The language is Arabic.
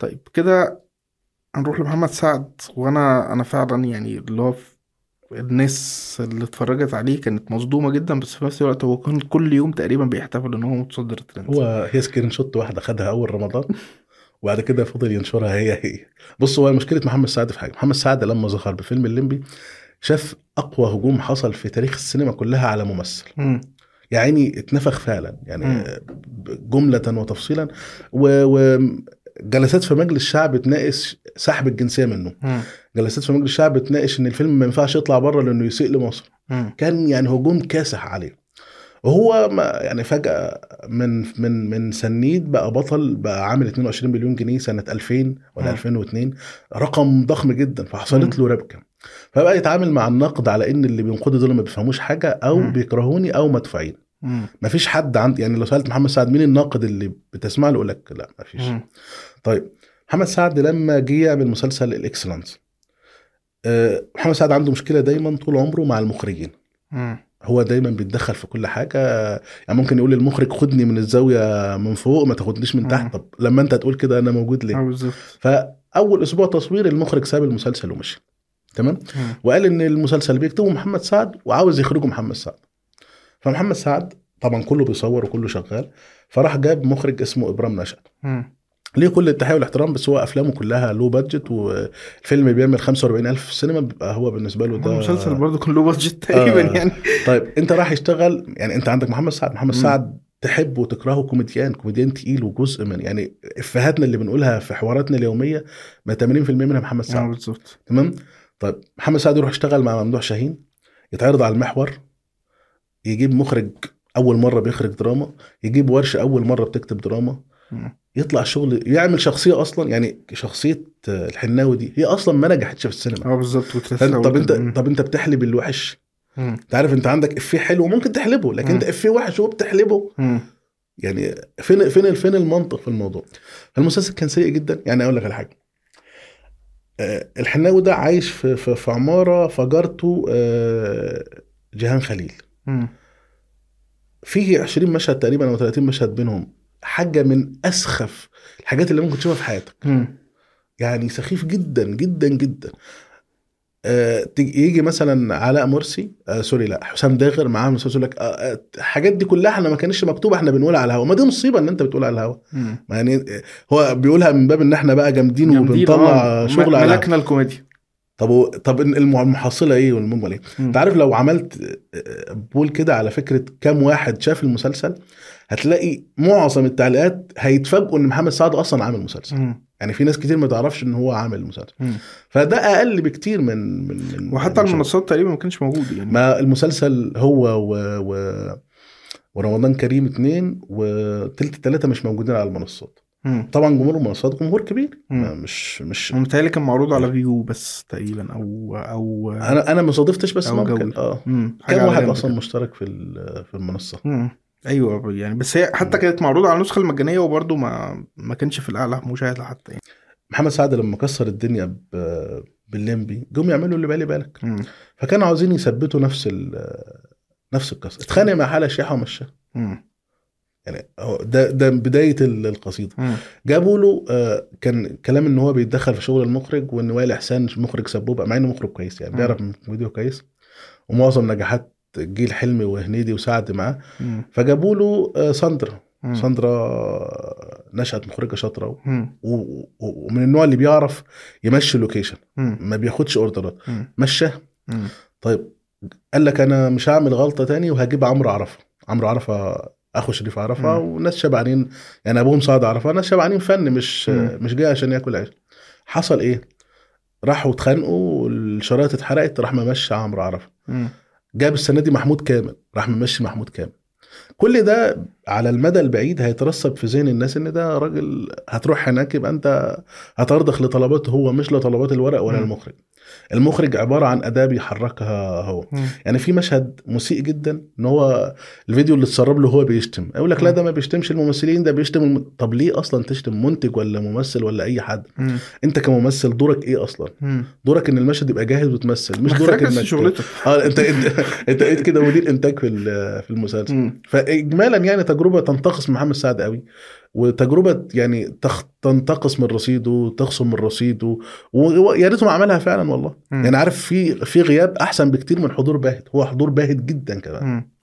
طيب كده هنروح لمحمد سعد وانا انا فعلا يعني اللي هو في- الناس اللي اتفرجت عليه كانت مصدومة جدا بس في نفس الوقت هو كان كل يوم تقريبا بيحتفل ان هو متصدر الترند هو هي سكرين شوت واحده خدها اول رمضان وبعد كده فضل ينشرها هي هي بص هو مشكله محمد سعد في حاجه محمد سعد لما ظهر بفيلم الليمبي شاف اقوى هجوم حصل في تاريخ السينما كلها على ممثل مم. يا عيني اتنفخ فعلا يعني مم. جملة وتفصيلا وجلسات في مجلس الشعب تناقش سحب الجنسية منه مم. جلسات في مجلس الشعب تناقش ان الفيلم ما ينفعش يطلع بره لانه يسيء لمصر مم. كان يعني هجوم كاسح عليه وهو ما يعني فجأة من من من سنيد بقى بطل بقى عامل 22 مليون جنيه سنة 2000 ولا مم. 2002 رقم ضخم جدا فحصلت له ربكة فبقى يتعامل مع النقد على ان اللي بينقدوا دول ما بيفهموش حاجة او مم. بيكرهوني او مدفوعين مم. مفيش حد عند يعني لو سالت محمد سعد مين الناقد اللي بتسمع له يقول لك لا مفيش مم. طيب محمد سعد لما جه يعمل مسلسل الاكسلنس آه، محمد سعد عنده مشكله دايما طول عمره مع المخرجين مم. هو دايما بيتدخل في كل حاجه يعني ممكن يقول للمخرج خدني من الزاويه من فوق ما تاخدنيش من مم. تحت طب لما انت تقول كده انا موجود آه، ليه بالظبط فاول اسبوع تصوير المخرج ساب المسلسل ومشي تمام مم. وقال ان المسلسل بيكتبه محمد سعد وعاوز يخرجه محمد سعد فمحمد سعد طبعا كله بيصور وكله شغال فراح جاب مخرج اسمه ابرام نشأت مم. ليه كل التحية والاحترام بس هو افلامه كلها لو بادجت والفيلم بيعمل 45000 في السينما بيبقى هو بالنسبه له ده المسلسل برضه كان له بادجت تقريبا آه. يعني طيب انت راح يشتغل يعني انت عندك محمد سعد محمد مم. سعد تحبه وتكرهه كوميديان كوميديان تقيل وجزء من يعني افهاتنا اللي بنقولها في حواراتنا اليوميه ما 80% منها محمد آه، سعد بالظبط تمام طيب محمد سعد يروح يشتغل مع ممدوح شاهين يتعرض على المحور يجيب مخرج اول مره بيخرج دراما يجيب ورشه اول مره بتكتب دراما مم. يطلع شغل يعمل شخصيه اصلا يعني شخصيه آه، الحناوي دي هي اصلا ما نجحتش في السينما اه بالظبط وتلسع فأنت- طب وكده. مم. انت طب انت بتحلب الوحش مم. انت عارف انت عندك افيه حلو ممكن تحلبه لكن مم. انت افيه وحش وبتحلبه مم. يعني فين فين فين المنطق في الموضوع المسلسل كان سيء جدا يعني اقول لك على حاجه آه، الحناوي ده عايش في في, في عماره فجرته آه، جيهان خليل مم. فيه 20 مشهد تقريبا او 30 مشهد بينهم حاجه من اسخف الحاجات اللي ممكن تشوفها في حياتك مم. يعني سخيف جدا جدا جدا آه، تيجي- يجي مثلا علاء مرسي آه سوري لا حسام داغر معاه مسلسل يقول لك آه، آه، الحاجات دي كلها احنا ما كانش مكتوبه احنا بنقولها على الهوا ما دي مصيبه ان انت بتقول على الهوا مم. ما يعني آه، هو بيقولها من باب ان احنا بقى جامدين جامدين، وبنطلع آه. شغل م- على الهوا. ملكنا الكوميديا طب و- طب إن الم- المحصله ايه والمجمل ايه مم. انت عارف لو عملت آه، آه، بول كده على فكره كام واحد شاف المسلسل هتلاقي معظم التعليقات هيتفاجئوا ان محمد سعد اصلا عامل مسلسل مم. يعني في ناس كتير ما تعرفش ان هو عامل مسلسل مم. فده اقل بكتير من من, من وحتى من شغل. المنصات تقريبا ما كانش موجود يعني يعني ما المسلسل هو و... و... ورمضان كريم اتنين وتلت التلاتة مش موجودين على المنصات مم. طبعا جمهور المنصات جمهور كبير مم. ما مش مش ومتهيألي كان معروض على فيو بس تقريبا او او انا انا ما صادفتش بس أو ممكن جولة. اه مم. حاجة كان على واحد جنب اصلا كده. مشترك في ال- في المنصه مم. ايوه يعني بس هي حتى مم. كانت معروضه على النسخه المجانيه وبرضه ما ما كانش في الاعلى مشاهده حتى يعني محمد سعد لما كسر الدنيا ب... بالليمبي جم يعملوا اللي بالي بالك مم. فكانوا عاوزين يثبتوا نفس ال... نفس القصه اتخانق مع حلا شيحه ومشاه مم. يعني هو ده ده بدايه ال- القصيده مم. جابوا له آه، كان كلام ان هو بيتدخل في شغل المخرج وان وائل احسان مخرج سبوبه مع انه مخرج كويس يعني مم. بيعرف من فيديو كويس ومعظم نجاحات جيل حلمي وهنيدي وسعد معاه مم. فجابوا له آه، ساندرا مم. ساندرا آه، نشأت مخرجه شاطره و- مم. و- و- ومن النوع اللي بيعرف يمشي اللوكيشن مم. ما بياخدش اوردرات مم. مشاه مم. طيب قال لك انا مش هعمل غلطه تاني وهجيب عمرو عرفه عمرو عرفه اخو شريف عرفه مم. وناس شبعانين يعني ابوهم سعد عرفه ناس شبعانين فن مش مم. مش جاي عشان ياكل عيش حصل ايه راحوا اتخانقوا الشرايط اتحرقت راح ممشي عمرو عرفه مم. جاب السنه دي محمود كامل راح ممشي محمود كامل كل ده على المدى البعيد هيترسب في ذهن الناس ان ده راجل هتروح هناك يبقى انت هترضخ لطلباته هو مش لطلبات الورق ولا مم. المخرج المخرج عباره عن اداه بيحركها هو مم. يعني في مشهد مسيء جدا ان هو الفيديو اللي اتسرب له هو بيشتم يقول لك لا ده ما بيشتمش الممثلين ده بيشتم الم... طب ليه اصلا تشتم منتج ولا ممثل ولا اي حد مم. انت كممثل دورك ايه اصلا مم. دورك ان المشهد يبقى جاهز وتمثل مش ما دورك اخترعتش انك شغلتك اه انت انت انت بقيت كده مدير انتاج في ال- في المسلسل مم. فاجمالا يعني تجربه تنتقص محمد سعد قوي وتجربه يعني تخ- تنتقص من رصيده تخصم من رصيده ويا ريته ما عملها فعلا والله مم. يعني عارف في في غياب احسن بكتير من حضور باهت هو حضور باهت جدا كمان مم.